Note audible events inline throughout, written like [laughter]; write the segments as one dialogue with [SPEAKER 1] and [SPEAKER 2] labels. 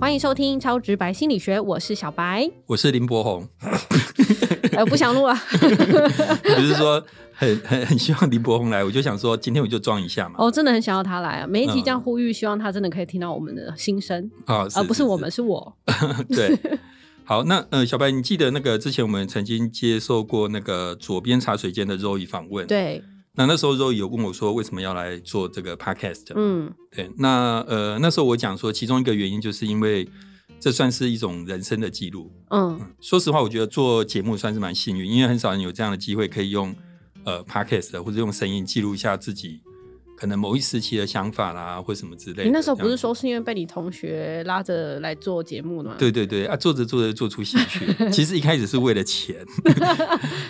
[SPEAKER 1] 欢迎收听《超直白心理学》，我是小白，
[SPEAKER 2] [laughs] 我是林
[SPEAKER 1] [laughs]
[SPEAKER 2] 柏宏，
[SPEAKER 1] 呃，不想录
[SPEAKER 2] [laughs]
[SPEAKER 1] 了。
[SPEAKER 2] 不是说很很很希望林柏宏来，我就想说今天我就装一下嘛。
[SPEAKER 1] 哦，真的很想要他来啊！每一集这样呼吁，希望他真的可以听到我们的心声，
[SPEAKER 2] 啊，
[SPEAKER 1] 而、不是我们，是我。
[SPEAKER 2] [laughs] 对。好，那呃，小白，你记得那个之前我们曾经接受过那个左边茶水间的 Roy 访问？。
[SPEAKER 1] 对，
[SPEAKER 2] 那那时候 Roy 有问我说，为什么要来做这个 podcast？、
[SPEAKER 1] 嗯，
[SPEAKER 2] 对。那呃，那时候我讲说，其中一个原因就是因为这算是一种人生的记录。
[SPEAKER 1] 嗯，
[SPEAKER 2] 说实话，我觉得做节目算是蛮幸运，因为很少人有这样的机会可以用呃 podcast 或者用声音记录一下自己可能某一时期的想法啦，或什么之类的。
[SPEAKER 1] 你那时候不
[SPEAKER 2] 这
[SPEAKER 1] 是
[SPEAKER 2] 样
[SPEAKER 1] 说是因为被你同学拉着来做节目的吗？，
[SPEAKER 2] 对对对啊，做着做着做出兴
[SPEAKER 1] [laughs]
[SPEAKER 2] 趣，其实一开始是为了钱，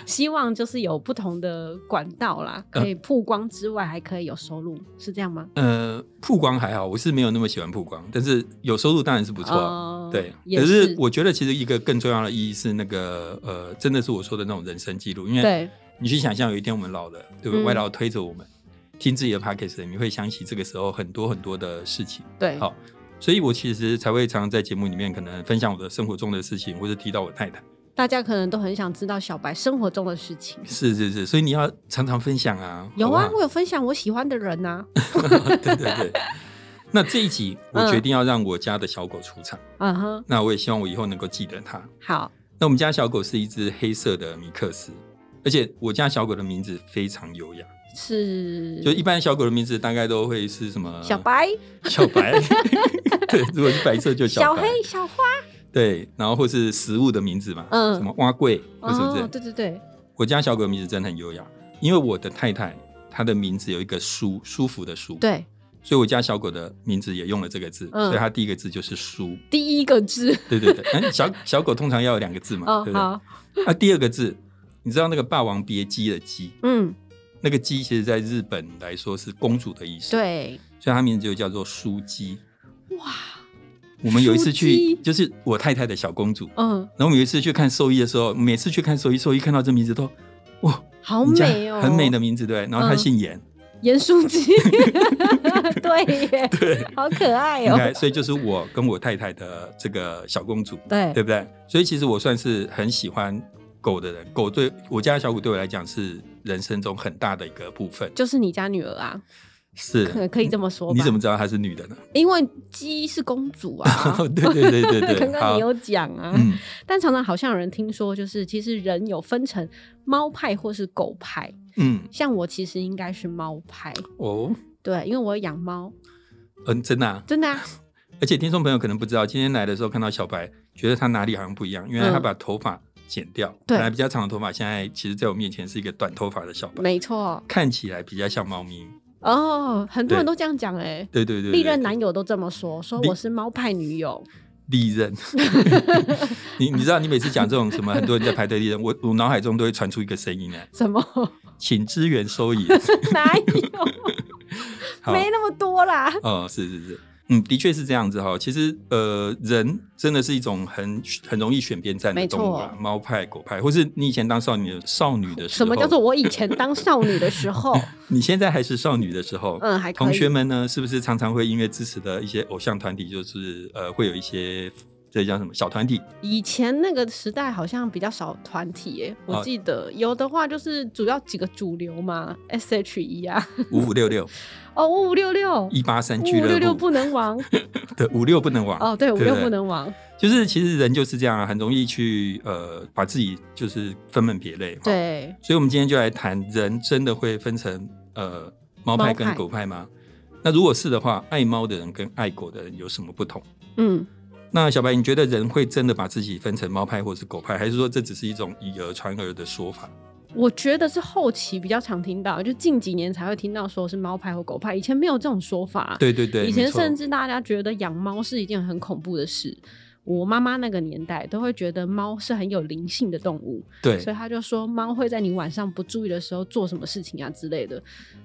[SPEAKER 1] 希望就是有不同的管道啦，可以曝光之外，还可以有收入，是这样吗？
[SPEAKER 2] 呃，曝光还好，我是没有那么喜欢曝光，但是有收入当然是不错。啊
[SPEAKER 1] 哦
[SPEAKER 2] 对，
[SPEAKER 1] 也
[SPEAKER 2] 可
[SPEAKER 1] 是
[SPEAKER 2] 是我觉得其实一个更重要的意义是那个呃，真的是我说的那种人生记录，因为
[SPEAKER 1] 对，
[SPEAKER 2] 你去想象有一天我们老了，对不
[SPEAKER 1] 嗯
[SPEAKER 2] 对？外老推着我们听自己的 podcast，你会想起这个时候很多很多的事情。
[SPEAKER 1] 对，
[SPEAKER 2] 好，所以我其实才会常常在节目里面可能分享我的生活中的事情，或者提到我太太。
[SPEAKER 1] 大家可能都很想知道小白生活中的事情。
[SPEAKER 2] 是是是，所以你要常常分享啊。
[SPEAKER 1] 有啊
[SPEAKER 2] 好，不
[SPEAKER 1] 我有分享我喜欢的人啊
[SPEAKER 2] [laughs]
[SPEAKER 1] 呐、 [laughs]
[SPEAKER 2] 好对对对。那这一集我
[SPEAKER 1] 嗯
[SPEAKER 2] 决定要让我家的小狗出场，
[SPEAKER 1] 嗯哼，
[SPEAKER 2] 那我也希望我以后能够记得它。
[SPEAKER 1] 好，
[SPEAKER 2] 那我们家小狗是一只黑色的米克斯，而且我家小狗的名字非常优
[SPEAKER 1] 嗯
[SPEAKER 2] 雅，
[SPEAKER 1] 是
[SPEAKER 2] 就一般小狗的名字大概都会是什么
[SPEAKER 1] 小白、
[SPEAKER 2] 小白， [laughs] 对，如果是白色就
[SPEAKER 1] 小
[SPEAKER 2] 白，
[SPEAKER 1] 黑、小花，
[SPEAKER 2] 对，然后或是食物的名字嘛，
[SPEAKER 1] 嗯
[SPEAKER 2] 什么蛙贵或什么之类
[SPEAKER 1] 哦，
[SPEAKER 2] 的。
[SPEAKER 1] 对对对，
[SPEAKER 2] 我家小狗的名字真的很优雅，因为我的太太她的名字有一个舒舒服的舒，，
[SPEAKER 1] 对，
[SPEAKER 2] 所以我家小狗的名字也用了这个字，
[SPEAKER 1] 嗯
[SPEAKER 2] 所以它第一个字就是舒，
[SPEAKER 1] 第一个字，
[SPEAKER 2] [laughs] 对对
[SPEAKER 1] [laughs]
[SPEAKER 2] 对，嗯，小小狗通常要有两个字嘛，
[SPEAKER 1] 哦
[SPEAKER 2] 对，不对？
[SPEAKER 1] 好，
[SPEAKER 2] 那、第二个字，你知道那个《霸王别姬》的姬，
[SPEAKER 1] 嗯，
[SPEAKER 2] 那个姬其实在日本来说是公主的意思，，
[SPEAKER 1] 对，
[SPEAKER 2] 所以它名字就叫做舒姬。
[SPEAKER 1] 哇，
[SPEAKER 2] 我们有一次去
[SPEAKER 1] 舒，姬
[SPEAKER 2] 就是我太太的小公主，
[SPEAKER 1] 嗯，
[SPEAKER 2] 然后我们有一次去看兽医的时候，每次去看兽医，兽医看到这名字都哇，
[SPEAKER 1] 好
[SPEAKER 2] 你家
[SPEAKER 1] 美哦，嗯
[SPEAKER 2] 很美的名字对不对。然后他姓严，
[SPEAKER 1] 盐酥
[SPEAKER 2] [laughs]
[SPEAKER 1] 鸡，对耶，
[SPEAKER 2] 对，
[SPEAKER 1] 好可爱
[SPEAKER 2] 应
[SPEAKER 1] 哦，
[SPEAKER 2] 该所以就是我跟我太太的这个小公主，
[SPEAKER 1] 对
[SPEAKER 2] 对不对？所以其实我算是很喜欢狗的人，狗对我家的小狗对我来讲是人生中很大的一个部分。
[SPEAKER 1] 就是你家女儿啊，
[SPEAKER 2] 是
[SPEAKER 1] 可可以这么说吧？
[SPEAKER 2] 你怎么知道她是女的呢？
[SPEAKER 1] 因为鸡是公主啊，
[SPEAKER 2] 对对 [laughs] 对对
[SPEAKER 1] [laughs]
[SPEAKER 2] 对，
[SPEAKER 1] 刚刚
[SPEAKER 2] 好
[SPEAKER 1] 你有讲啊，
[SPEAKER 2] 嗯，
[SPEAKER 1] 但常常好像有人听说，就是其实人有分成猫派或是狗派，
[SPEAKER 2] 嗯，
[SPEAKER 1] 像我其实应该是猫派，
[SPEAKER 2] 哦，
[SPEAKER 1] 对，因为我有养猫，
[SPEAKER 2] 嗯，真的、啊，
[SPEAKER 1] 真的、啊，
[SPEAKER 2] 而且听众朋友可能不知道，今天来的时候看到小白，觉得他哪里好像不一样，原来他
[SPEAKER 1] 嗯
[SPEAKER 2] 把头发剪掉，
[SPEAKER 1] 对
[SPEAKER 2] 本来比较长的头发，现在其实在我面前是一个短头发的小白，
[SPEAKER 1] 没错，
[SPEAKER 2] 看起来比较像猫咪。
[SPEAKER 1] 哦，很多人
[SPEAKER 2] 对
[SPEAKER 1] 都这样讲哎、
[SPEAKER 2] 对对对对
[SPEAKER 1] 历任男友都这么说，说
[SPEAKER 2] 历
[SPEAKER 1] 我是猫派女友，
[SPEAKER 2] 利
[SPEAKER 1] [laughs]
[SPEAKER 2] 刃，你你知道，你每次讲这种什么，很多人在排队利刃，我我脑海中都会传出一个声音来，
[SPEAKER 1] 什么 [laughs]
[SPEAKER 2] 请支援收银。
[SPEAKER 1] 哪有，
[SPEAKER 2] 好，
[SPEAKER 1] 没那么多啦，
[SPEAKER 2] 哦，是是是，嗯，的确是这样子哈。其实呃，人真的是一种很很容易选边站的
[SPEAKER 1] 没错
[SPEAKER 2] 动物啊，猫派、狗派，或是你以前当少女的少女的时候，
[SPEAKER 1] 什么叫做我以前当少女的时
[SPEAKER 2] [laughs]
[SPEAKER 1] 候，
[SPEAKER 2] 你现在还是少女的时候，
[SPEAKER 1] 嗯，还可
[SPEAKER 2] 同
[SPEAKER 1] 以
[SPEAKER 2] 学，们呢，是不是常常会因为支持的一些偶像团体，就是呃，会有一些这叫什么小团
[SPEAKER 1] [laughs]
[SPEAKER 2] 体？
[SPEAKER 1] 以前那个时代好像比较少团体耶、我
[SPEAKER 2] 哦
[SPEAKER 1] 记得、有的话就是主要几个主流嘛，S.H.E 啊，
[SPEAKER 2] 五五六六、
[SPEAKER 1] 哦，五五六六，
[SPEAKER 2] 一八三
[SPEAKER 1] 五
[SPEAKER 2] 俱
[SPEAKER 1] 五六
[SPEAKER 2] 乐
[SPEAKER 1] 六
[SPEAKER 2] 部
[SPEAKER 1] 不能亡，
[SPEAKER 2] 对， [laughs] 五六不能忘
[SPEAKER 1] 哦，对，五六
[SPEAKER 2] 对
[SPEAKER 1] 不能亡，
[SPEAKER 2] 就是其实人就是这样啊，很容易去呃把自己就是分门别类。哈
[SPEAKER 1] 对，
[SPEAKER 2] 所以，我们今天就来谈人真的会分成呃猫派
[SPEAKER 1] 猫
[SPEAKER 2] 跟
[SPEAKER 1] 派
[SPEAKER 2] 狗派吗？那如果是的话，爱猫的人跟爱狗的人有什么不同？
[SPEAKER 1] 嗯。
[SPEAKER 2] 那小白，你觉得人会真的把自己分成猫派或是狗派，还是说这只是一种以讹传讹的说法？
[SPEAKER 1] 我觉得是后期比较常听到，就近几年才会听到说是猫派或狗派，以前没有这种说法。
[SPEAKER 2] 对对对，
[SPEAKER 1] 以前
[SPEAKER 2] 没错
[SPEAKER 1] 甚至大家觉得养猫是一件很恐怖的事，我妈妈那个年代都会觉得猫是很有灵性的动物，
[SPEAKER 2] 对，
[SPEAKER 1] 所以他就说猫会在你晚上不注意的时候做什么事情啊之类的。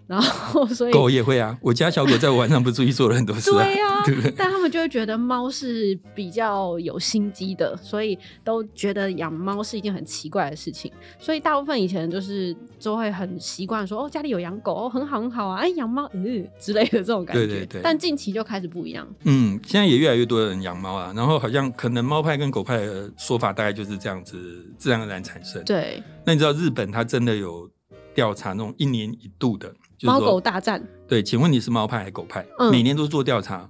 [SPEAKER 1] 然后 [laughs] 所以
[SPEAKER 2] 狗也会啊，我家小狗在我晚上不注意做了很多事啊，
[SPEAKER 1] 对啊
[SPEAKER 2] [laughs] 对不对？
[SPEAKER 1] 但他们就会觉得猫是比较有心机的，所以都觉得养猫是一件很奇怪的事情。所以大部分以前就是就会很习惯说哦，家里有养狗，哦、很好很好啊，哎，养猫嗯之类的这种感觉。
[SPEAKER 2] 对对对
[SPEAKER 1] 但近期就开始不一样，
[SPEAKER 2] 嗯，现在也越来越多人养猫啊，然后好像可能猫派跟狗派的说法大概就是这样子，自然而然产生。
[SPEAKER 1] 对，
[SPEAKER 2] 那你知道日本它真的有调查那种一年一度的，就是说
[SPEAKER 1] 猫狗大战，
[SPEAKER 2] 对，请问你是猫派还是狗派？
[SPEAKER 1] 嗯
[SPEAKER 2] 每年都做调查。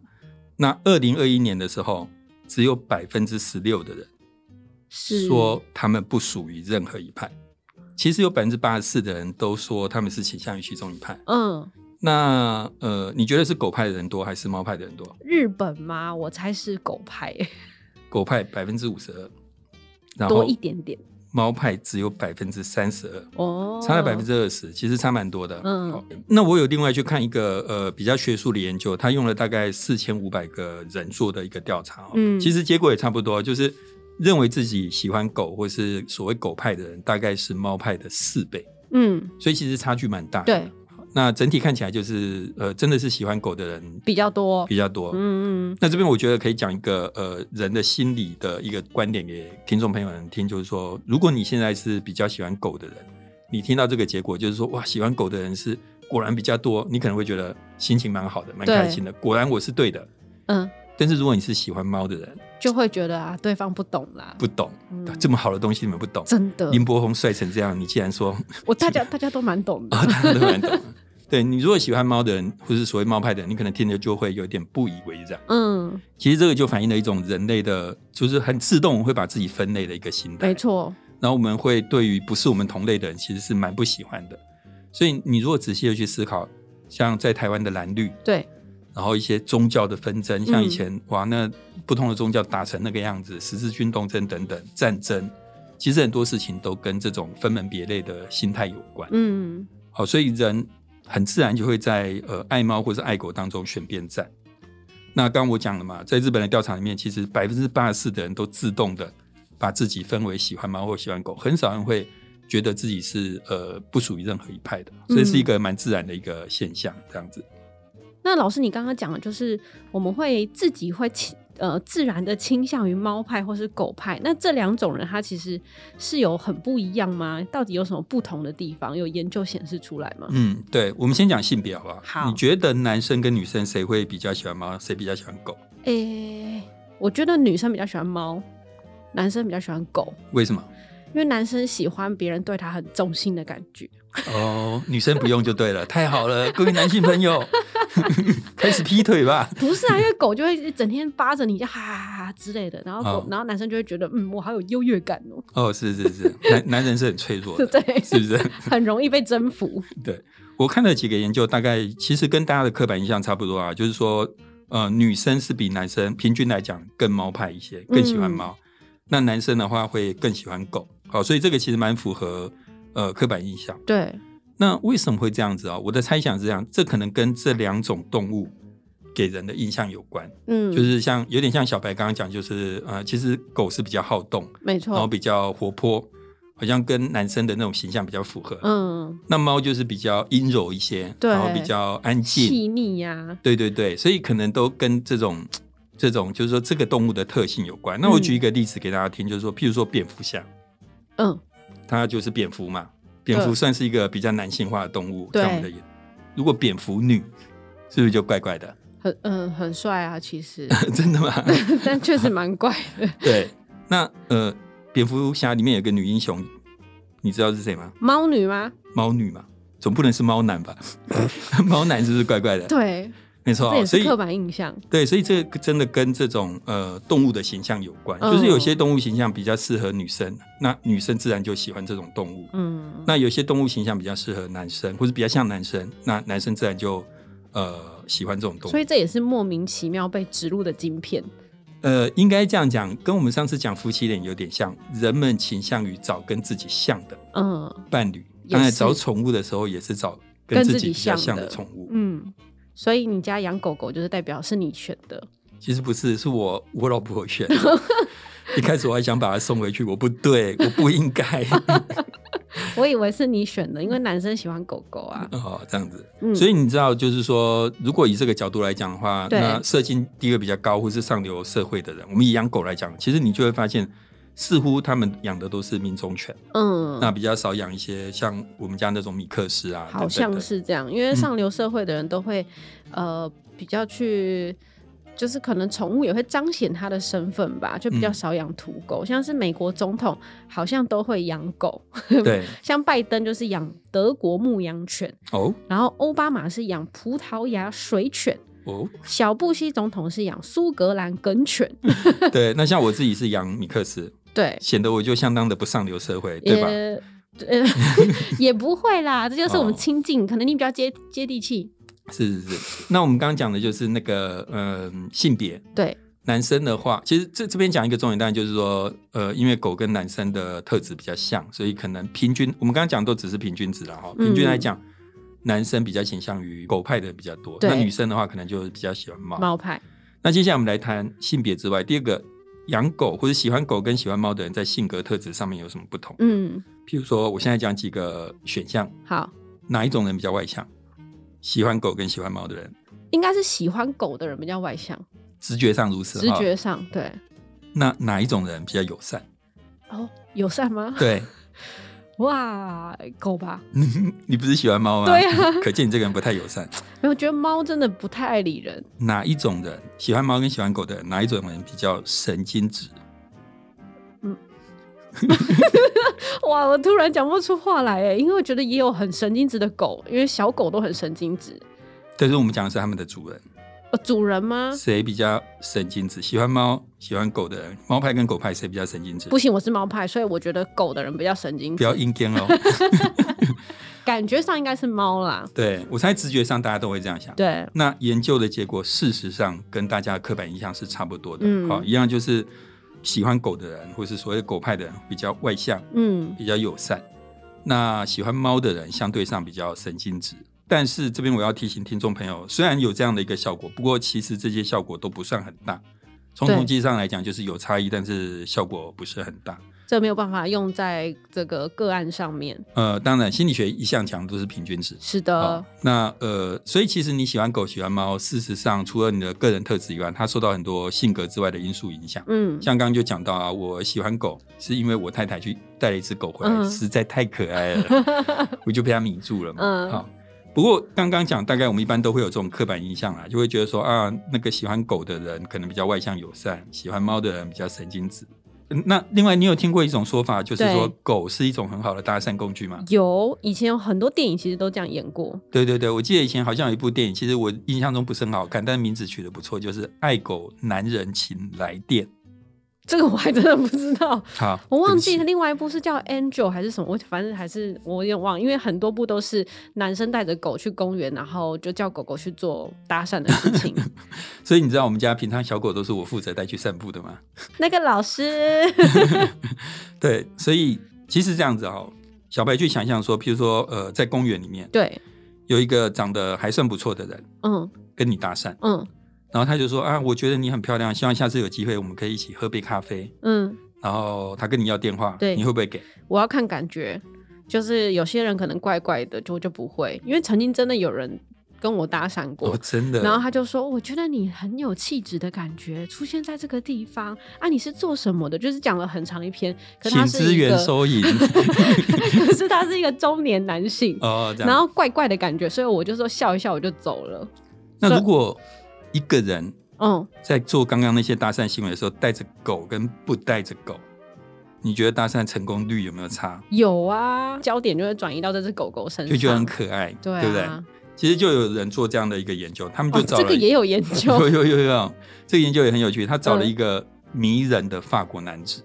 [SPEAKER 2] 那二零二一年的时候，只有百分之十六的人
[SPEAKER 1] 是
[SPEAKER 2] 说他们不属于任何一派。其实有百分之八十四的人都说他们是倾向于其中一派。
[SPEAKER 1] 嗯，
[SPEAKER 2] 那呃，你觉得是狗派的人多还是猫派的人多？
[SPEAKER 1] 日本吗？我猜是狗派，
[SPEAKER 2] 狗派百分之五十二，然
[SPEAKER 1] 多
[SPEAKER 2] 后
[SPEAKER 1] 一点点
[SPEAKER 2] 猫派只有百分之三十二。
[SPEAKER 1] 哦，
[SPEAKER 2] 差了百分之二十，其实差蛮多的。
[SPEAKER 1] 嗯
[SPEAKER 2] 好，那我有另外去看一个呃比较学术的研究，他用了大概四千五百个人做的一个调查、哦，
[SPEAKER 1] 嗯
[SPEAKER 2] 其实结果也差不多，就是认为自己喜欢狗或是所谓狗派的人，大概是猫派的四倍，
[SPEAKER 1] 嗯，
[SPEAKER 2] 所以其实差距蛮大。，
[SPEAKER 1] 对，嗯
[SPEAKER 2] 那整体看起来就是呃真的是喜欢狗的人
[SPEAKER 1] 比较多，
[SPEAKER 2] 比较多。
[SPEAKER 1] 嗯嗯
[SPEAKER 2] 那这边我觉得可以讲一个呃人的心理的一个观点给听众朋友们听，就是说，如果你现在是比较喜欢狗的人，你听到这个结果就是说，哇，喜欢狗的人是果然比较多，你可能会觉得心情蛮好的，蛮开心的，果然我是对的。
[SPEAKER 1] 嗯，
[SPEAKER 2] 但是如果你是喜欢猫的人，
[SPEAKER 1] 就会觉得啊，对方不懂啦，
[SPEAKER 2] 不懂、
[SPEAKER 1] 嗯
[SPEAKER 2] 这么好的东西你们不懂，
[SPEAKER 1] 真的，
[SPEAKER 2] 林柏宏帅成这样，你竟然说
[SPEAKER 1] 我大 [laughs] 家大家都蛮懂的
[SPEAKER 2] 啊，，大家都蛮懂。 [laughs] 对你如果喜欢猫的人，或是所谓猫派的人，你可能听着就会有点不以为然。
[SPEAKER 1] 嗯，
[SPEAKER 2] 其实这个就反映了一种人类的，就是很自动会把自己分类的一个心态。
[SPEAKER 1] 没，错，
[SPEAKER 2] 然后我们会对于不是我们同类的人，其实是蛮不喜欢的。所以你如果仔细的去思考，像在台湾的蓝绿，
[SPEAKER 1] 对，
[SPEAKER 2] 然后一些宗教的纷争，像
[SPEAKER 1] 嗯
[SPEAKER 2] 以前、哇，那不同的宗教打成那个样子，十字军东征等等战争，其实很多事情都跟这种分门别类的心态有关。
[SPEAKER 1] 嗯，
[SPEAKER 2] 好，所以人很自然就会在呃爱猫或是爱狗当中选边站。那刚刚我讲了嘛，在日本的调查里面，其实百分之八十四的人都自动的把自己分为喜欢猫或喜欢狗，很少人会觉得自己是呃不属于任何一派的，所以是一个蛮自然的一个现象，这样子。
[SPEAKER 1] 那老师，你刚刚讲的就是我们会自己会倾呃自然的倾向于猫派或是狗派，那这两种人他其实是有很不一样吗？到底有什么不同的地方？有研究显示出来吗？
[SPEAKER 2] 嗯，对，我们先讲性别好不好？
[SPEAKER 1] 好
[SPEAKER 2] 你觉得男生跟女生谁会比较喜欢猫，谁比较喜欢狗？
[SPEAKER 1] 诶、我觉得女生比较喜欢猫，男生比较喜欢狗，
[SPEAKER 2] 为什么？
[SPEAKER 1] 因为男生喜欢别人对他很忠心的感觉。
[SPEAKER 2] [laughs] 哦，女生不用就对了，太好了，各位男性朋友， [laughs] 开始劈腿吧。
[SPEAKER 1] 不是啊，因为狗就会整天扒着你，就哈哈哈哈之类的，然后狗，
[SPEAKER 2] 哦
[SPEAKER 1] 然后男生就会觉得，嗯，我好有优越感哦、
[SPEAKER 2] 哦，是是是，男 [laughs] 男人是很脆弱的，
[SPEAKER 1] 对
[SPEAKER 2] [laughs] 是不是？
[SPEAKER 1] 很容易被征服。
[SPEAKER 2] 对，我看了几个研究，大概其实跟大家的刻板印象差不多啊，就是说，呃，女生是比男生平均来讲更猫派一些，更喜
[SPEAKER 1] 嗯
[SPEAKER 2] 欢猫。那男生的话会更喜欢狗，好，所以这个其实蛮符合呃刻板印象。
[SPEAKER 1] 对，
[SPEAKER 2] 那为什么会这样子啊？我的猜想是这样，这可能跟这两种动物给人的印象有关，
[SPEAKER 1] 嗯，
[SPEAKER 2] 就是像有点像小白刚刚讲，就是呃，其实狗是比较好动，
[SPEAKER 1] 没
[SPEAKER 2] 然后
[SPEAKER 1] 错，
[SPEAKER 2] 比较活泼，好像跟男生的那种形象比较符合。
[SPEAKER 1] 嗯，
[SPEAKER 2] 那猫就是比较阴柔一些，
[SPEAKER 1] 对
[SPEAKER 2] 然后比较安静，
[SPEAKER 1] 细腻啊呀，
[SPEAKER 2] 对对对，所以可能都跟这种这种就是说这个动物的特性有关。那我举一个例子给大家听，就是说，譬如说蝙蝠侠，
[SPEAKER 1] 嗯，
[SPEAKER 2] 它就是蝙蝠嘛，蝙蝠算是一个比较男性化的动物，
[SPEAKER 1] 对
[SPEAKER 2] 在我们的眼，如果蝙蝠女是不是就怪怪的？ [laughs]
[SPEAKER 1] 很嗯很帅啊，其实，
[SPEAKER 2] 真的吗？ [laughs]
[SPEAKER 1] 但确实蛮怪的。
[SPEAKER 2] 对，那呃，蝙蝠侠里面有个女英雄，你知道是谁吗？
[SPEAKER 1] 猫女吗？
[SPEAKER 2] 猫女嘛，总不能是猫男吧？ [laughs] 猫男是不是怪怪的？，
[SPEAKER 1] 对，
[SPEAKER 2] 没错
[SPEAKER 1] 这
[SPEAKER 2] 哦，
[SPEAKER 1] 也
[SPEAKER 2] 所
[SPEAKER 1] 是
[SPEAKER 2] 以
[SPEAKER 1] 刻板印象。
[SPEAKER 2] 对，所以这个真的跟这种呃动物的形象有关，
[SPEAKER 1] 嗯
[SPEAKER 2] 就是有些动物形象比较适合女生，那女生自然就喜欢这种动物；
[SPEAKER 1] 嗯，
[SPEAKER 2] 那有些动物形象比较适合男生，或者比较像男生，那男生自然就呃喜欢这种动
[SPEAKER 1] 所以
[SPEAKER 2] 物。
[SPEAKER 1] 这也是莫名其妙被植入的晶片。
[SPEAKER 2] 呃，应该这样讲，跟我们上次讲夫妻脸有点像，人们倾向于找跟自己像的
[SPEAKER 1] 嗯
[SPEAKER 2] 伴侣，
[SPEAKER 1] 也
[SPEAKER 2] 当然
[SPEAKER 1] 是
[SPEAKER 2] 找宠物的时候也是找
[SPEAKER 1] 跟
[SPEAKER 2] 跟
[SPEAKER 1] 自
[SPEAKER 2] 自己
[SPEAKER 1] 己
[SPEAKER 2] 比较
[SPEAKER 1] 像
[SPEAKER 2] 像
[SPEAKER 1] 的
[SPEAKER 2] 的宠物。
[SPEAKER 1] 嗯，所以你家养狗狗就是代表是你选的。 [laughs]
[SPEAKER 2] 其实不是，是我我老婆选的。一开始我还想把它送回去，我不对，我不应
[SPEAKER 1] [laughs]
[SPEAKER 2] 该。
[SPEAKER 1] 我以为是你选的，因为男生喜欢狗狗啊。
[SPEAKER 2] 哦，这样子。
[SPEAKER 1] 嗯，
[SPEAKER 2] 所以你知道，就是说，如果以这个角度来讲的话，
[SPEAKER 1] 对
[SPEAKER 2] 那社经地位比较高或是上流社会的人，我们以养狗来讲，其实你就会发现，似乎他们养的都是民众犬，
[SPEAKER 1] 嗯，
[SPEAKER 2] 那比较少养一些像我们家那种米克斯啊，
[SPEAKER 1] 好
[SPEAKER 2] 等
[SPEAKER 1] 像
[SPEAKER 2] 等的
[SPEAKER 1] 是这样，
[SPEAKER 2] 嗯
[SPEAKER 1] 因为上流社会的人都会、呃比较去。就是可能宠物也会彰显它的身份吧，就比较
[SPEAKER 2] 嗯
[SPEAKER 1] 少养土狗，像是美国总统好像都会养狗，
[SPEAKER 2] 对
[SPEAKER 1] [laughs] 像拜登就是养德国牧羊犬，
[SPEAKER 2] 哦
[SPEAKER 1] 然后奥巴马是养葡萄牙水犬，
[SPEAKER 2] 哦，
[SPEAKER 1] 小布希总统是养苏格兰梗犬，
[SPEAKER 2] 对。那像我自己是养米
[SPEAKER 1] [laughs]
[SPEAKER 2] 克斯，
[SPEAKER 1] 对，
[SPEAKER 2] 显得我就相当的不上流社会， [laughs] 对吧？
[SPEAKER 1] 也呃 [laughs] 也不会啦，这就是我们
[SPEAKER 2] 哦
[SPEAKER 1] 亲近，可能你比较接接地气，
[SPEAKER 2] 是是是。那我们刚刚讲的就是那个嗯、性别，
[SPEAKER 1] 对，
[SPEAKER 2] 男生的话，其实这这边讲一个重点，当然就是说，呃，因为狗跟男生的特质比较像，所以可能平均，我们刚刚讲都只是平均值了哈。
[SPEAKER 1] 嗯
[SPEAKER 2] 平均来讲，男生比较倾向于狗派的比较多，
[SPEAKER 1] 对
[SPEAKER 2] 那女生的话可能就比较喜欢猫。
[SPEAKER 1] 猫派，
[SPEAKER 2] 那接下来我们来谈性别之外，第二个，养狗或者喜欢狗跟喜欢猫的人在性格特质上面有什么不同？
[SPEAKER 1] 嗯，
[SPEAKER 2] 譬如说，我现在讲几个选项，
[SPEAKER 1] 好，
[SPEAKER 2] 哪一种人比较外向？喜欢狗跟喜欢猫的人，
[SPEAKER 1] 应该是喜欢狗的人比较外向，
[SPEAKER 2] 直觉上如此
[SPEAKER 1] 直
[SPEAKER 2] 哈。
[SPEAKER 1] 觉上对。
[SPEAKER 2] 那哪一种人比较友善？
[SPEAKER 1] [laughs] 哦，友善吗？
[SPEAKER 2] 对。
[SPEAKER 1] [laughs] 哇，狗吧，
[SPEAKER 2] 你不是喜欢猫吗？
[SPEAKER 1] 对啊
[SPEAKER 2] [laughs] 可见你这个人不太友善。
[SPEAKER 1] 没有，我觉得猫真的不太爱理人。
[SPEAKER 2] 哪一种人喜欢猫跟喜欢狗的人，哪一种人比较神经质？
[SPEAKER 1] 哇，我突然讲不出话来哎，因为我觉得也有很神经质的狗，因为小狗都很神经质。
[SPEAKER 2] 但是我们讲的是他们的主人，
[SPEAKER 1] 呃，主人吗？
[SPEAKER 2] 谁比较神经质？喜欢猫、喜欢狗的人，猫派跟狗派谁比较神经质
[SPEAKER 1] 不？行，我是猫派，所以我觉得狗的人比较神经
[SPEAKER 2] 不
[SPEAKER 1] 质
[SPEAKER 2] 要，硬颠
[SPEAKER 1] [laughs]
[SPEAKER 2] 哦。
[SPEAKER 1] 感觉上应该是猫啦。
[SPEAKER 2] 对我猜直觉上大家都会这样想。
[SPEAKER 1] 对，
[SPEAKER 2] 那研究的结果，事实上跟大家的刻板印象是差不多的。
[SPEAKER 1] 嗯
[SPEAKER 2] 好、一样就是喜欢狗的人，或是所谓的狗派的人，比较外向，
[SPEAKER 1] 嗯，
[SPEAKER 2] 比较友善。那喜欢猫的人相对上比较神经质，但是这边我要提醒听众朋友，虽然有这样的一个效果，不过其实这些效果都不算很大。从
[SPEAKER 1] 对
[SPEAKER 2] 统计上来讲，就是有差异，但是效果不是很大。
[SPEAKER 1] 这没有办法用在这个个案上面。
[SPEAKER 2] 呃，当然，心理学一向讲的都是平均值。
[SPEAKER 1] 是
[SPEAKER 2] 好
[SPEAKER 1] 的，
[SPEAKER 2] 那呃，所以其实你喜欢狗、喜欢猫，事实上除了你的个人特质以外，它受到很多性格之外的因素影响。
[SPEAKER 1] 嗯，
[SPEAKER 2] 像刚刚就讲到啊，我喜欢狗，是因为我太太去带了一只狗回来，
[SPEAKER 1] 嗯
[SPEAKER 2] 实在太可
[SPEAKER 1] [laughs]
[SPEAKER 2] 爱了，我就被它迷住了嘛。
[SPEAKER 1] 嗯
[SPEAKER 2] 好，不过刚刚讲，大概我们一般都会有这种刻板印象啦，就会觉得说啊，那个喜欢狗的人可能比较外向友善，喜欢猫的人比较神经质。嗯那另外，你有听过一种说法，就是说
[SPEAKER 1] 对
[SPEAKER 2] 狗是一种很好的搭讪工具吗？
[SPEAKER 1] 有以前有很多电影其实都这样演过。
[SPEAKER 2] 对对对，我记得以前好像有一部电影，其实我印象中不是很好看，但名字取得不错，就是《爱狗男人请来电》。
[SPEAKER 1] 这个我还真的不知 [laughs] 道，
[SPEAKER 2] 好，
[SPEAKER 1] 我忘
[SPEAKER 2] 对
[SPEAKER 1] 记
[SPEAKER 2] 不起
[SPEAKER 1] 另外一部是叫 Angel 还是什么，我反正还是我有点忘，因为很多部都是男生带着狗去公园，然后就叫狗狗去做搭讪的事情。
[SPEAKER 2] 所以你知道我们家平常小狗都是我负责带去散步的嘛？
[SPEAKER 1] [laughs] 那个老师，
[SPEAKER 2] 对，所以其实这样子哦，小白去想象说，譬如说呃，在公园里面
[SPEAKER 1] [laughs] 对，
[SPEAKER 2] 有一个长得还算不错的人
[SPEAKER 1] 嗯
[SPEAKER 2] 跟你搭讪，
[SPEAKER 1] 嗯
[SPEAKER 2] 然后他就说啊，我觉得你很漂亮，希望下次有机会我们可以一起喝杯咖啡。
[SPEAKER 1] 嗯，
[SPEAKER 2] 然后他跟你要电话，
[SPEAKER 1] 对
[SPEAKER 2] 你会不会给？
[SPEAKER 1] 我要看感觉，就是有些人可能怪怪的，就我就不会，因为曾经真的有人跟我搭讪过。
[SPEAKER 2] 哦，真的。
[SPEAKER 1] 然后他就说：“我觉得你很有气质的感觉，出现在这个地方啊，你是做什么的？”就是讲了很长一篇，可
[SPEAKER 2] 请
[SPEAKER 1] 他是
[SPEAKER 2] 支
[SPEAKER 1] 一个
[SPEAKER 2] 援，收银
[SPEAKER 1] 可 [laughs] 是他是一个中年男性，
[SPEAKER 2] 哦，这样。
[SPEAKER 1] 然后怪怪的感觉，所以我就说笑一笑我就走了。
[SPEAKER 2] 那
[SPEAKER 1] 所以
[SPEAKER 2] 如果一个人
[SPEAKER 1] 嗯，
[SPEAKER 2] 在做刚刚那些搭讪行为的时候，带着狗跟不带着狗，你觉得搭讪成功率有没有差？
[SPEAKER 1] 有啊，焦点就会转移到这只狗狗身上，
[SPEAKER 2] 就觉得很可爱，
[SPEAKER 1] 对啊，
[SPEAKER 2] 不对？其实就有人做这样的一个研究，他们就
[SPEAKER 1] 哦，
[SPEAKER 2] 找
[SPEAKER 1] 这
[SPEAKER 2] 了、
[SPEAKER 1] 个也有
[SPEAKER 2] [laughs]
[SPEAKER 1] 研
[SPEAKER 2] 有
[SPEAKER 1] 究，
[SPEAKER 2] 有有有，这个研究也很有趣，他找了
[SPEAKER 1] 嗯
[SPEAKER 2] 一个迷人的法国男子。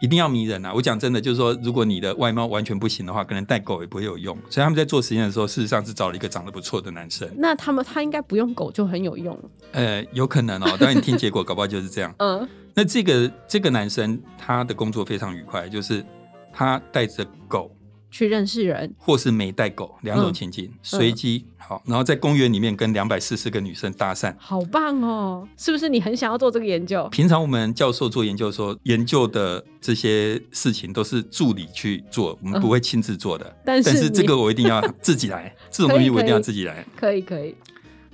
[SPEAKER 2] 一定要迷人啊！我讲真的，就是说，如果你的外貌完全不行的话，可能带狗也不会有用。所以他们在做实验的时候，事实上是找了一个长得不错的男生。
[SPEAKER 1] 那他们他应该不用狗就很有用，
[SPEAKER 2] 呃，有可能哦。当然，你听结果，搞不好就是这
[SPEAKER 1] [laughs]
[SPEAKER 2] 样。
[SPEAKER 1] 嗯
[SPEAKER 2] 那这个这个男生他的工作非常愉快，就是他带着狗
[SPEAKER 1] 去认识人，
[SPEAKER 2] 或是没带狗，两种
[SPEAKER 1] 嗯
[SPEAKER 2] 情境，随机好，然后在公园里面跟两百四十个女生搭讪。
[SPEAKER 1] 好棒哦！是不是你很想要做这个研究？ [laughs]
[SPEAKER 2] 平常我们教授做研究的时候，研究的这些事情都是助理去做，我们
[SPEAKER 1] 嗯
[SPEAKER 2] 不会亲自做的。
[SPEAKER 1] 但是
[SPEAKER 2] 但是这
[SPEAKER 1] 你
[SPEAKER 2] 个我一定要自
[SPEAKER 1] [laughs]
[SPEAKER 2] 己来，这种东西我一定要自己来。
[SPEAKER 1] 可以可以，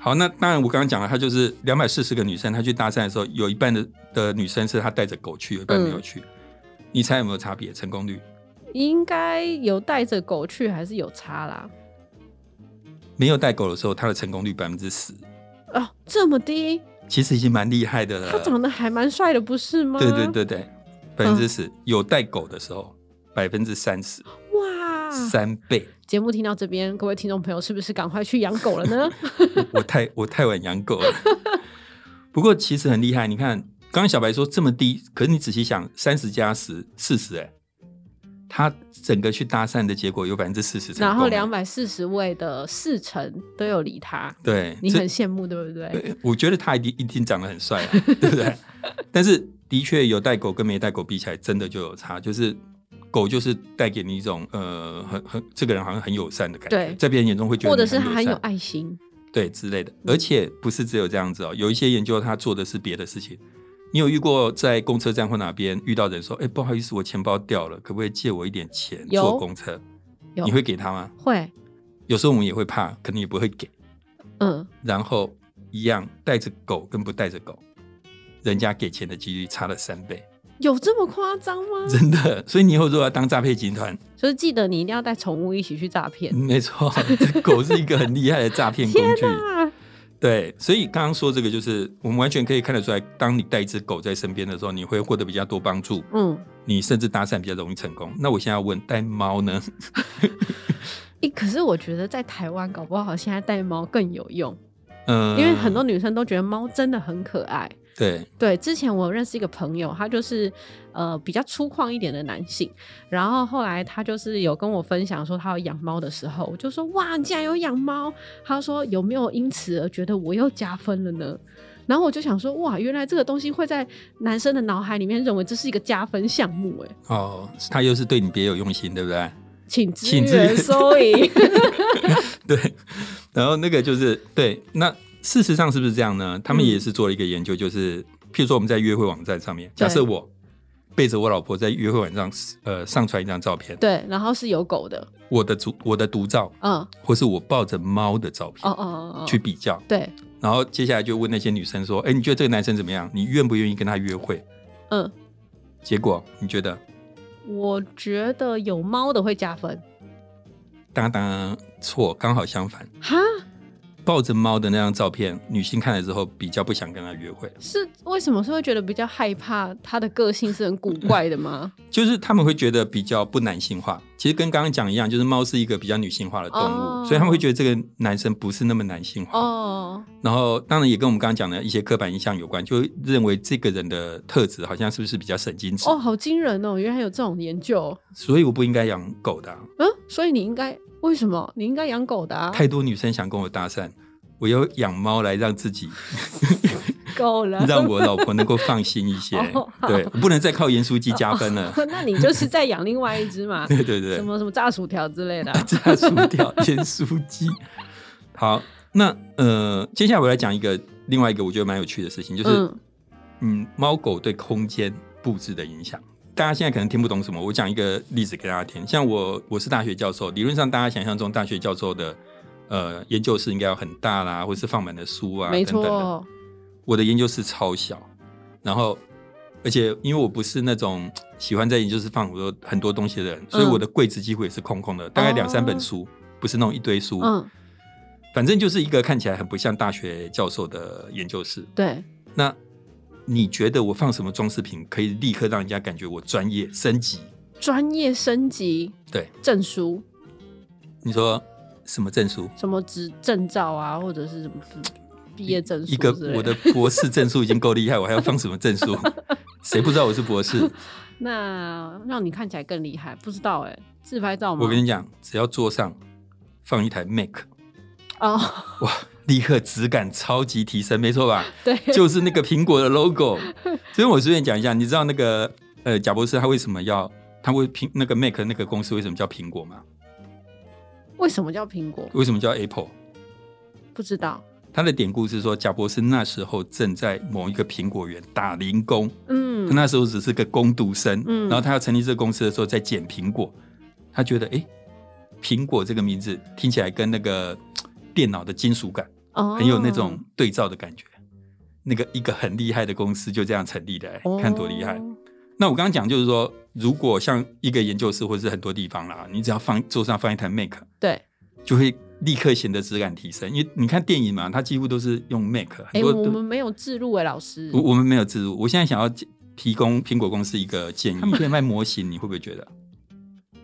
[SPEAKER 2] 好，那当然我刚刚讲了，她就是两百四十个女生，她去搭讪的时候，有一半的的女生是她带着狗去，有一半没有
[SPEAKER 1] 嗯
[SPEAKER 2] 去。你猜有没有差别？成功率
[SPEAKER 1] 应该有带着狗去还是有差啦？
[SPEAKER 2] 没有带狗的时候，她的成功率百分之十，
[SPEAKER 1] 哦，这么低，
[SPEAKER 2] 其实已经蛮厉害的了。
[SPEAKER 1] 他长得还蛮帅的，不是吗？
[SPEAKER 2] 呃对对，对对，百分之
[SPEAKER 1] 嗯
[SPEAKER 2] 十有带狗的时候，百分之三十，
[SPEAKER 1] 哇！
[SPEAKER 2] 三倍。
[SPEAKER 1] 节目听到这边，各位听众朋友是不是赶快去养狗了
[SPEAKER 2] [laughs]
[SPEAKER 1] 呢？
[SPEAKER 2] 我太我太晚养狗了。不过其实很厉害，你看，刚刚小白说这么低，可是你仔细想，三十加十，四十，哎，他整个去搭讪的结果有百分之四十成功欸了，
[SPEAKER 1] 然后两百四十位的四成都有理他，
[SPEAKER 2] 对，
[SPEAKER 1] 你
[SPEAKER 2] 这
[SPEAKER 1] 很羡慕对不对？
[SPEAKER 2] 呃我觉得他一定一定长得很帅、啊，对不对？ [laughs] 但是的确有带狗跟没带狗比起来，真的就有差，就是。狗就是带给你一种呃，很很这个人好像很友善的感觉，
[SPEAKER 1] 对
[SPEAKER 2] 在别人眼中会觉得
[SPEAKER 1] 或者
[SPEAKER 2] 你
[SPEAKER 1] 是他很
[SPEAKER 2] 友
[SPEAKER 1] 有
[SPEAKER 2] 善
[SPEAKER 1] 爱心，
[SPEAKER 2] 对之类的，而且不是只有这样子哦，有一些研究他做的是别的事情。你有遇过在公车站或哪边遇到人说：“哎、不好意思，我钱包掉了，可不可以借我一点钱
[SPEAKER 1] 有
[SPEAKER 2] 坐公车？”
[SPEAKER 1] 有
[SPEAKER 2] 你会给他吗？
[SPEAKER 1] 会，
[SPEAKER 2] 有时候我们也会怕，可能也不会给。
[SPEAKER 1] 嗯，
[SPEAKER 2] 然后一样带着狗跟不带着狗，人家给钱的几率差了三倍，
[SPEAKER 1] 有这么夸张吗？
[SPEAKER 2] 真的。所以你以后如果要当诈骗集团，
[SPEAKER 1] 就是记得你一定要带宠物一起去诈骗。
[SPEAKER 2] 没错，这狗是一个很厉害的诈骗工
[SPEAKER 1] 天
[SPEAKER 2] 具。
[SPEAKER 1] 哪！
[SPEAKER 2] 对，所以刚刚说这个就是我们完全可以看得出来，当你带一只狗在身边的时候，你会获得比较多帮助，
[SPEAKER 1] 嗯，
[SPEAKER 2] 你甚至搭讪比较容易成功。那我现在要问，带猫呢？
[SPEAKER 1] 诶，可是我觉得在台湾搞不好现在带猫更有用，
[SPEAKER 2] 嗯、
[SPEAKER 1] 因为很多女生都觉得猫真的很可爱。
[SPEAKER 2] 对
[SPEAKER 1] 对，之前我认识一个朋友，他就是呃比较粗犷一点的男性，然后后来他就是有跟我分享说他有养猫的时候，我就说哇，你竟然有养猫，他说有没有因此而觉得我又加分了呢？然后我就想说哇，原来这个东西会在男生的脑海里面认为这是一个加分项目，哎，
[SPEAKER 2] 哦，他又是对你别有用心，对不对？ [laughs]
[SPEAKER 1] 请支
[SPEAKER 2] 请支援
[SPEAKER 1] 援收
[SPEAKER 2] [laughs]
[SPEAKER 1] 银。
[SPEAKER 2] 对，然后那个就是对，那事实上是不是这样呢？
[SPEAKER 1] 嗯
[SPEAKER 2] 他们也是做了一个研究，就是譬如说我们在约会网站上面，假设
[SPEAKER 1] 对
[SPEAKER 2] 我背着我老婆在约会网站上呃上传一张照片，
[SPEAKER 1] 对，然后是有狗的，
[SPEAKER 2] 我的独我的独照，
[SPEAKER 1] 嗯，哦
[SPEAKER 2] 或是我抱着猫的照片
[SPEAKER 1] 哦哦哦，
[SPEAKER 2] 去比较。
[SPEAKER 1] 对，
[SPEAKER 2] 然后接下来就问那些女生说：“哎，你觉得这个男生怎么样？你愿不愿意跟他约会
[SPEAKER 1] 嗯，？”
[SPEAKER 2] 结果你觉得，
[SPEAKER 1] 我觉得有猫的会加分，
[SPEAKER 2] 当当错，刚好相反。
[SPEAKER 1] 哈，
[SPEAKER 2] 抱着猫的那张照片，女性看了之后比较不想跟他约会，
[SPEAKER 1] 是为什么是会觉得比较害怕？他的个性是很古怪的吗？
[SPEAKER 2] 就是他们会觉得比较不男性化。其实跟刚刚讲一样，就是猫是一个比较女性化的动物，
[SPEAKER 1] 哦
[SPEAKER 2] 所以他们会觉得这个男生不是那么男性
[SPEAKER 1] [laughs]
[SPEAKER 2] 化。
[SPEAKER 1] 哦，
[SPEAKER 2] 然后当然也跟我们刚刚讲的一些刻板印象有关，就会认为这个人的特质好像是不是比较神经质，
[SPEAKER 1] 哦，好惊人哦！原来有这种研究，
[SPEAKER 2] 所以我不应该养狗的啊、
[SPEAKER 1] 嗯，所以你应该为什么你应该养狗的、啊？
[SPEAKER 2] 太多女生想跟我搭讪，我要养猫来让
[SPEAKER 1] [laughs]
[SPEAKER 2] 自己
[SPEAKER 1] 够了，
[SPEAKER 2] 让我老婆能够放心一些
[SPEAKER 1] [laughs] 哦。好
[SPEAKER 2] 对，我不能再靠盐酥鸡加分
[SPEAKER 1] [laughs]
[SPEAKER 2] 了。 [laughs]，
[SPEAKER 1] 那你就是在养另外一只嘛
[SPEAKER 2] 对对 [laughs] 对
[SPEAKER 1] 什，么什么炸薯条之类的啊、
[SPEAKER 2] 加薯条、盐酥鸡。好，那呃，接下来我来讲一个另外一个我觉得蛮有趣的事情， [laughs] 就是
[SPEAKER 1] 嗯
[SPEAKER 2] 嗯，猫狗对空间布置的影响。大家现在可能听不懂什么，我讲一个例子给大家听。像我，我是大学教授，理论上大家想象中大学教授的呃研究室应该要很大啦，或是放满了书啊，
[SPEAKER 1] 没
[SPEAKER 2] 等等的。
[SPEAKER 1] 错，
[SPEAKER 2] 我的研究室超小，然后而且因为我不是那种喜欢在研究室放很多很多东西的人，
[SPEAKER 1] 嗯
[SPEAKER 2] 所以我的柜子几乎也是空空的，大概两三本书，不是那种一堆书。
[SPEAKER 1] 哦嗯，
[SPEAKER 2] 反正就是一个看起来很不像大学教授的研究室。
[SPEAKER 1] 对，
[SPEAKER 2] 那你觉得我放什么装饰品可以立刻让人家感觉我专业升级？
[SPEAKER 1] 专业升级
[SPEAKER 2] 对，
[SPEAKER 1] 证书，
[SPEAKER 2] 你说什么证书？
[SPEAKER 1] 什么执证照啊，或者是什么毕业证书
[SPEAKER 2] 一个
[SPEAKER 1] 之类
[SPEAKER 2] 我的博士证书已经够厉害，我还要放什么证书？
[SPEAKER 1] [laughs]
[SPEAKER 2] 谁不知道我是博士？
[SPEAKER 1] 那让你看起来更厉害，不知道哎、自拍照吗？
[SPEAKER 2] 我跟你讲，只要桌上放一台 Mac，
[SPEAKER 1] 哦， [laughs]
[SPEAKER 2] 哇，立刻质感超级提升，没错吧？
[SPEAKER 1] 对，
[SPEAKER 2] 就是
[SPEAKER 1] [laughs]
[SPEAKER 2] 那个苹果的 logo。所以我随便讲一下，你知道那个呃贾博士他为什么要他它会苹那个 Mac 那个公司为什么叫苹果嘛？
[SPEAKER 1] 为什么叫苹果？
[SPEAKER 2] 为什么叫 Apple？
[SPEAKER 1] 不知道。
[SPEAKER 2] 它的典故是说，贾伯斯那时候正在某一个苹果园打零工，他
[SPEAKER 1] 嗯，
[SPEAKER 2] 那时候只是个工读生，
[SPEAKER 1] 嗯
[SPEAKER 2] 然后他要成立这个公司的时候在捡苹果，他觉得诶，苹果这个名字听起来跟那个嘖电脑的金属感
[SPEAKER 1] 哦
[SPEAKER 2] 很有那种对照的感觉。那个一个很厉害的公司就这样成立的、诶看多厉害。
[SPEAKER 1] 哦
[SPEAKER 2] 那我刚刚讲就是说，如果像一个研究室或者是很多地方啦，你只要放桌上放一台 Mac，
[SPEAKER 1] 对，
[SPEAKER 2] 就会立刻显得质感提升。因为你看电影嘛，它几乎都是用 Mac，
[SPEAKER 1] 哎、
[SPEAKER 2] 很多
[SPEAKER 1] 我
[SPEAKER 2] 都
[SPEAKER 1] 们没有置入哎、老师
[SPEAKER 2] 我，我们没有自入。我现在想要提供苹果公司一个建议，可以卖模 [laughs] 型，你会不会觉得？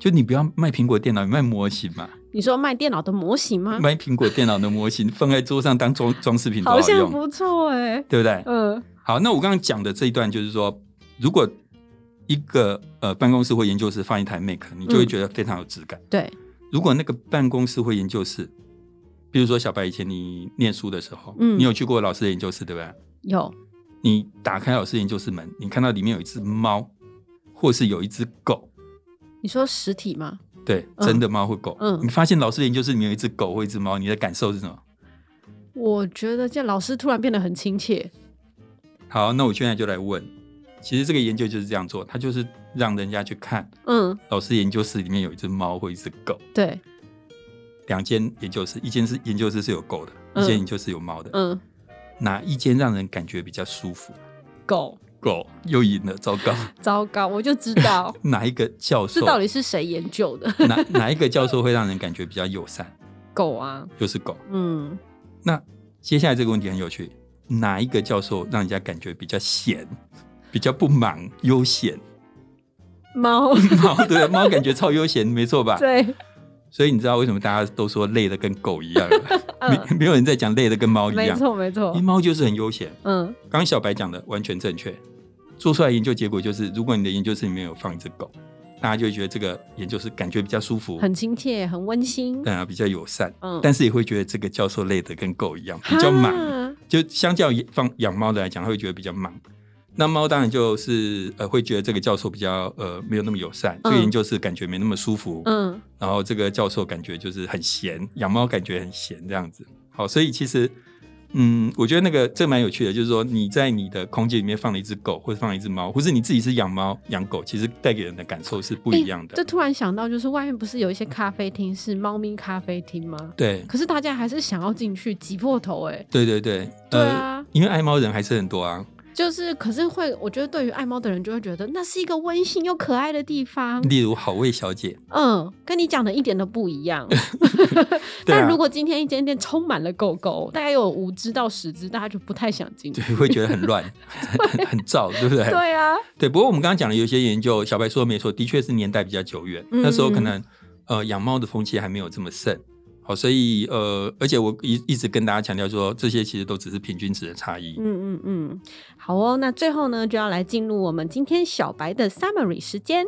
[SPEAKER 2] 就你不要卖苹果电脑，你卖模型嘛，
[SPEAKER 1] 你说卖电脑的模型吗？
[SPEAKER 2] 卖苹果电脑的模型放在桌上当装装饰品多
[SPEAKER 1] 好像
[SPEAKER 2] 用，
[SPEAKER 1] 不错哎、
[SPEAKER 2] 对不对？
[SPEAKER 1] 嗯、
[SPEAKER 2] 好，那我刚刚讲的这一段就是说，如果一个呃办公室或研究室放一台 Mac，你就会
[SPEAKER 1] 嗯
[SPEAKER 2] 觉得非常有质感。
[SPEAKER 1] 对，
[SPEAKER 2] 如果那个办公室或研究室，比如说小白以前你念书的时候，
[SPEAKER 1] 嗯
[SPEAKER 2] 你有去过老师的研究室，对不对？
[SPEAKER 1] 有
[SPEAKER 2] 你打开老师研究室门，你看到里面有一只猫，或是有一只狗，
[SPEAKER 1] 你说实体吗？
[SPEAKER 2] 对，
[SPEAKER 1] 嗯
[SPEAKER 2] 真的猫或狗。
[SPEAKER 1] 嗯
[SPEAKER 2] 你发现老师研究室里面有一只狗或一只猫，你的感受是什么？
[SPEAKER 1] 我觉得这老师突然变得很亲切，
[SPEAKER 2] 好，那我现在就来问，其实这个研究就是这样做，它就是让人家去看
[SPEAKER 1] 嗯，
[SPEAKER 2] 老师研究室里面有一只猫或一只狗，
[SPEAKER 1] 对，
[SPEAKER 2] 两间研究室，一间是研究室是有狗的，
[SPEAKER 1] 嗯
[SPEAKER 2] 一间研究室有猫的，
[SPEAKER 1] 嗯，
[SPEAKER 2] 哪一间让人感觉比较舒服？
[SPEAKER 1] 狗，
[SPEAKER 2] 狗又赢了，糟
[SPEAKER 1] [laughs]
[SPEAKER 2] 糕！
[SPEAKER 1] 糟糕，我就知
[SPEAKER 2] [laughs]
[SPEAKER 1] 道
[SPEAKER 2] 哪一个教
[SPEAKER 1] 这
[SPEAKER 2] 授？
[SPEAKER 1] 到底是谁研究的 [laughs]
[SPEAKER 2] 哪哪一个教授会让人感觉比较友善？
[SPEAKER 1] 狗啊？
[SPEAKER 2] 又是狗。 [laughs]
[SPEAKER 1] 嗯，
[SPEAKER 2] 那接下来这个问题很有趣，哪一个教授让人家感觉比较闲，比较不忙、悠闲？ [laughs]
[SPEAKER 1] 猫，
[SPEAKER 2] 猫对啊猫感觉超悠闲，没错吧？
[SPEAKER 1] 对，
[SPEAKER 2] 所以你知道为什么大家都说累的跟狗一样吗？
[SPEAKER 1] [laughs] 嗯，
[SPEAKER 2] 没没有人在讲累的跟啊猫一
[SPEAKER 1] 没
[SPEAKER 2] 样，
[SPEAKER 1] 错没
[SPEAKER 2] 因
[SPEAKER 1] 错
[SPEAKER 2] 为，猫就是很悠闲。
[SPEAKER 1] 嗯，
[SPEAKER 2] 刚刚小白讲的完全正确，做出来研究结果就是，如果你的研究室里面有放一只狗，大家就会觉得这个研究室感觉比较舒服，
[SPEAKER 1] 很亲切，很温馨，
[SPEAKER 2] 嗯、比较友善，
[SPEAKER 1] 嗯，
[SPEAKER 2] 但是也会觉得这个教授累得跟狗一样，比较忙。
[SPEAKER 1] 哈，
[SPEAKER 2] 就相较于放养猫的来讲，它会觉得比较忙。那猫当然就是呃，会觉得这个教授比较呃没有那么友善，这
[SPEAKER 1] 嗯
[SPEAKER 2] 个研究室感觉没那么舒服。
[SPEAKER 1] 嗯，
[SPEAKER 2] 然后这个教授感觉就是很闲，养猫感觉很闲这样子。好，所以其实嗯，我觉得那个这蛮有趣的，就是说你在你的空间里面放了一只狗，或者放了一只猫，或是你自己是养猫养狗，其实带给人的感受是不一样的。
[SPEAKER 1] 哎这突然想到，就是外面不是有一些咖啡厅是猫咪咖啡厅吗？
[SPEAKER 2] 对
[SPEAKER 1] 可是大家还是想要进去，挤破头哎、
[SPEAKER 2] 对对对，
[SPEAKER 1] 对啊
[SPEAKER 2] 呃，因为爱猫人还是很多啊。
[SPEAKER 1] 就是可是会，我觉得对于爱猫的人就会觉得那是一个温馨又可爱的地方。
[SPEAKER 2] 例如好味小姐，
[SPEAKER 1] 嗯，跟你讲的一点都不一
[SPEAKER 2] [laughs]
[SPEAKER 1] 样。
[SPEAKER 2] 对啊
[SPEAKER 1] 但如果今天一间店充满了狗狗，大概有五只到十只，大家就不太想进去
[SPEAKER 2] 对。，会觉得很乱， [laughs] 很很燥，对不对？
[SPEAKER 1] 对啊，
[SPEAKER 2] 对不过我们刚刚讲的有一些研究，小白说的没错，的确是年代比较久远，
[SPEAKER 1] 嗯
[SPEAKER 2] 那时候可能呃养猫的风气还没有这么盛。好，所以呃，而且我一一直跟大家强调说，这些其实都只是平均值的差异。
[SPEAKER 1] 嗯嗯嗯，好哦。那最后呢，就要来进入我们今天小白的 summary 时间。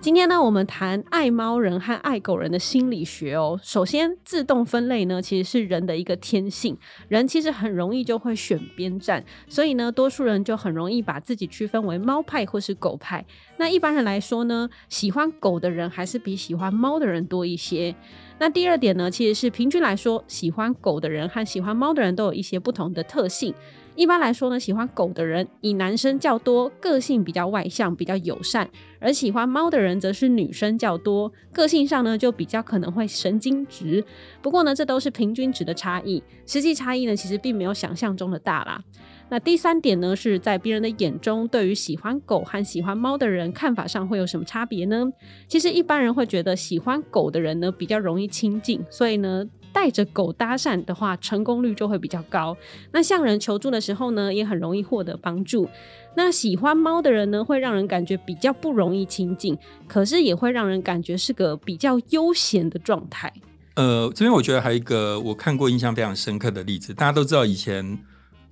[SPEAKER 1] 今天呢，我们谈爱猫人和爱狗人的心理学哦。首先，自动分类呢，其实是人的一个天性，人其实很容易就会选边站，所以呢，多数人就很容易把自己区分为猫派或是狗派。那一般人来说呢，喜欢狗的人还是比喜欢猫的人多一些。那第二点呢，其实是平均来说，喜欢狗的人和喜欢猫的人都有一些不同的特性。一般来说呢，喜欢狗的人以男生较多，个性比较外向，比较友善；而喜欢猫的人则是女生较多，个性上呢就比较可能会神经质。不过呢，这都是平均值的差异，实际差异呢其实并没有想象中的大啦。那第三点呢，是在别人的眼中，对于喜欢狗和喜欢猫的人看法上会有什么差别呢？其实一般人会觉得喜欢狗的人呢比较容易亲近，所以呢。带着狗搭讪的话，成功率就会比较高。那向人求助的时候呢，也很容易获得帮助。那喜欢猫的人呢，会让人感觉比较不容易亲近，可是也会让人感觉是个比较悠闲的状态。
[SPEAKER 2] 呃，这边我觉得还有一个我看过印象非常深刻的例子，大家都知道以前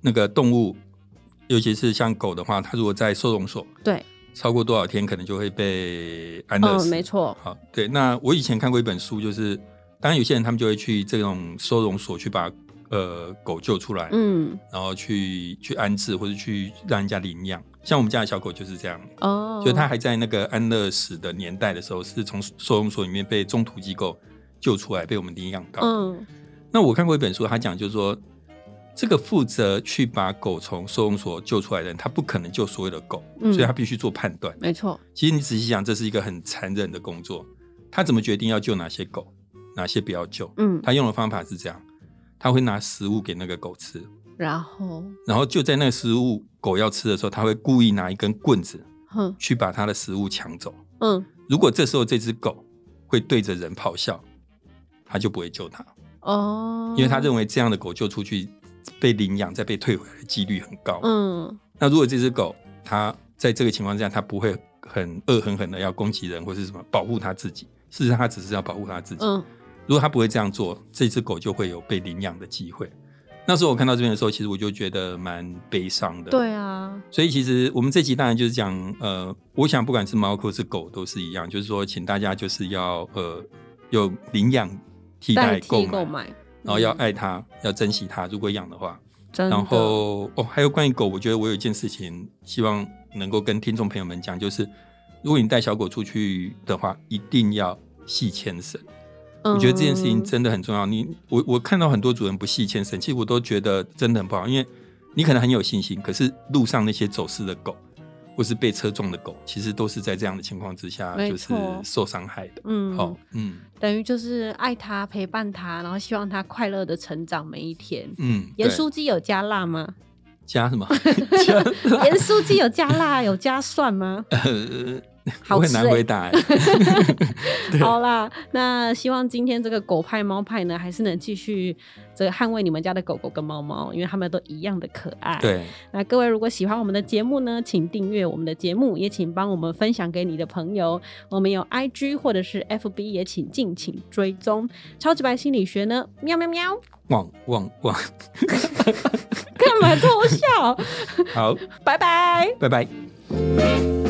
[SPEAKER 2] 那个动物，尤其是像狗的话，它如果在收容所
[SPEAKER 1] 对，
[SPEAKER 2] 超过多少天，可能就会被安乐
[SPEAKER 1] 嗯，
[SPEAKER 2] 死。
[SPEAKER 1] 没错，
[SPEAKER 2] 好，对，那我以前看过一本书，就是当然有些人他们就会去这种收容所去把呃狗救出来，
[SPEAKER 1] 嗯，
[SPEAKER 2] 然后去去安置或者去让人家领养。像我们家的小狗就是这样，
[SPEAKER 1] 哦，
[SPEAKER 2] 就它还在那个安乐死的年代的时候，是从收容所里面被中途机构救出来，被我们领养到。
[SPEAKER 1] 嗯
[SPEAKER 2] 那我看过一本书，他讲就是说，这个负责去把狗从收容所救出来的人，他不可能救所有的狗，
[SPEAKER 1] 嗯
[SPEAKER 2] 所以他必须做判断。
[SPEAKER 1] 没错，
[SPEAKER 2] 其实你仔细想，这是一个很残忍的工作。他怎么决定要救哪些狗，哪些不要救？
[SPEAKER 1] 嗯，
[SPEAKER 2] 他用的方法是这样：他会拿食物给那个狗吃，
[SPEAKER 1] 然后，
[SPEAKER 2] 然后就在那个食物狗要吃的时候，他会故意拿一根棍子
[SPEAKER 1] 哼，
[SPEAKER 2] 去把它的食物抢走。
[SPEAKER 1] 嗯，
[SPEAKER 2] 如果这时候这只狗会对着人咆哮，他就不会救它。
[SPEAKER 1] 哦，
[SPEAKER 2] 因为他认为这样的狗救出去被领养再被退回来的几率很高。
[SPEAKER 1] 嗯
[SPEAKER 2] 那如果这只狗它在这个情况之下，它不会很恶狠狠的要攻击人或是什么保护它自己，事实上它只是要保护它自己。
[SPEAKER 1] 嗯
[SPEAKER 2] 如果它不会这样做，这只狗就会有被领养的机会。那时候我看到这边的时候，其实我就觉得蛮悲伤的。，
[SPEAKER 1] 对啊，
[SPEAKER 2] 所以其实我们这集当然就是讲，呃，我想不管是猫或是狗都是一样，就是说，请大家就是要呃有领养替代
[SPEAKER 1] 代
[SPEAKER 2] 购
[SPEAKER 1] 替
[SPEAKER 2] 买
[SPEAKER 1] 购，买，
[SPEAKER 2] 然后要
[SPEAKER 1] 嗯
[SPEAKER 2] 爱它，要珍惜它。如果养的话，
[SPEAKER 1] 真的
[SPEAKER 2] 然后哦，还有关于狗，我觉得我有一件事情希望能够跟听众朋友们讲，就是如果你带小狗出去的话，一定要系牵绳。我觉得这件事情
[SPEAKER 1] 嗯
[SPEAKER 2] 真的很重要。你我我看到很多主人不系牵绳，其实我都觉得真的很不好，因为你可能很有信心，可是路上那些走失的狗，或是被车撞的狗，其实都是在这样的情况之下
[SPEAKER 1] 没
[SPEAKER 2] 就是
[SPEAKER 1] 错
[SPEAKER 2] 受伤害的。
[SPEAKER 1] 嗯，
[SPEAKER 2] 好、嗯
[SPEAKER 1] 等于就是爱他，陪伴他，然后希望他快乐的成长每一天。
[SPEAKER 2] 嗯，
[SPEAKER 1] 盐
[SPEAKER 2] 对
[SPEAKER 1] 酥鸡有加辣吗？ [laughs]
[SPEAKER 2] 加什么？ [laughs] 加
[SPEAKER 1] 盐酥鸡有加辣，有加蒜
[SPEAKER 2] [laughs]
[SPEAKER 1] 吗？
[SPEAKER 2] 呃，
[SPEAKER 1] 好
[SPEAKER 2] 我很
[SPEAKER 1] 吃
[SPEAKER 2] 难
[SPEAKER 1] 欸 [laughs]
[SPEAKER 2] 回答、欸。
[SPEAKER 1] 好啦，那希望今天这个狗派猫派呢，还是能继续这个捍卫你们家的狗狗跟猫猫，因为它们都一样的可爱。，
[SPEAKER 2] 对，
[SPEAKER 1] 那各位如果喜欢我们的节目呢，请订阅我们的节目，也请帮我们分享给你的朋友。我们有 IG 或者是 FB，也请敬请追踪。超直白心理学呢，喵喵喵，
[SPEAKER 2] 旺旺旺，
[SPEAKER 1] 干嘛偷笑？
[SPEAKER 2] 好，
[SPEAKER 1] 拜拜。
[SPEAKER 2] 拜拜。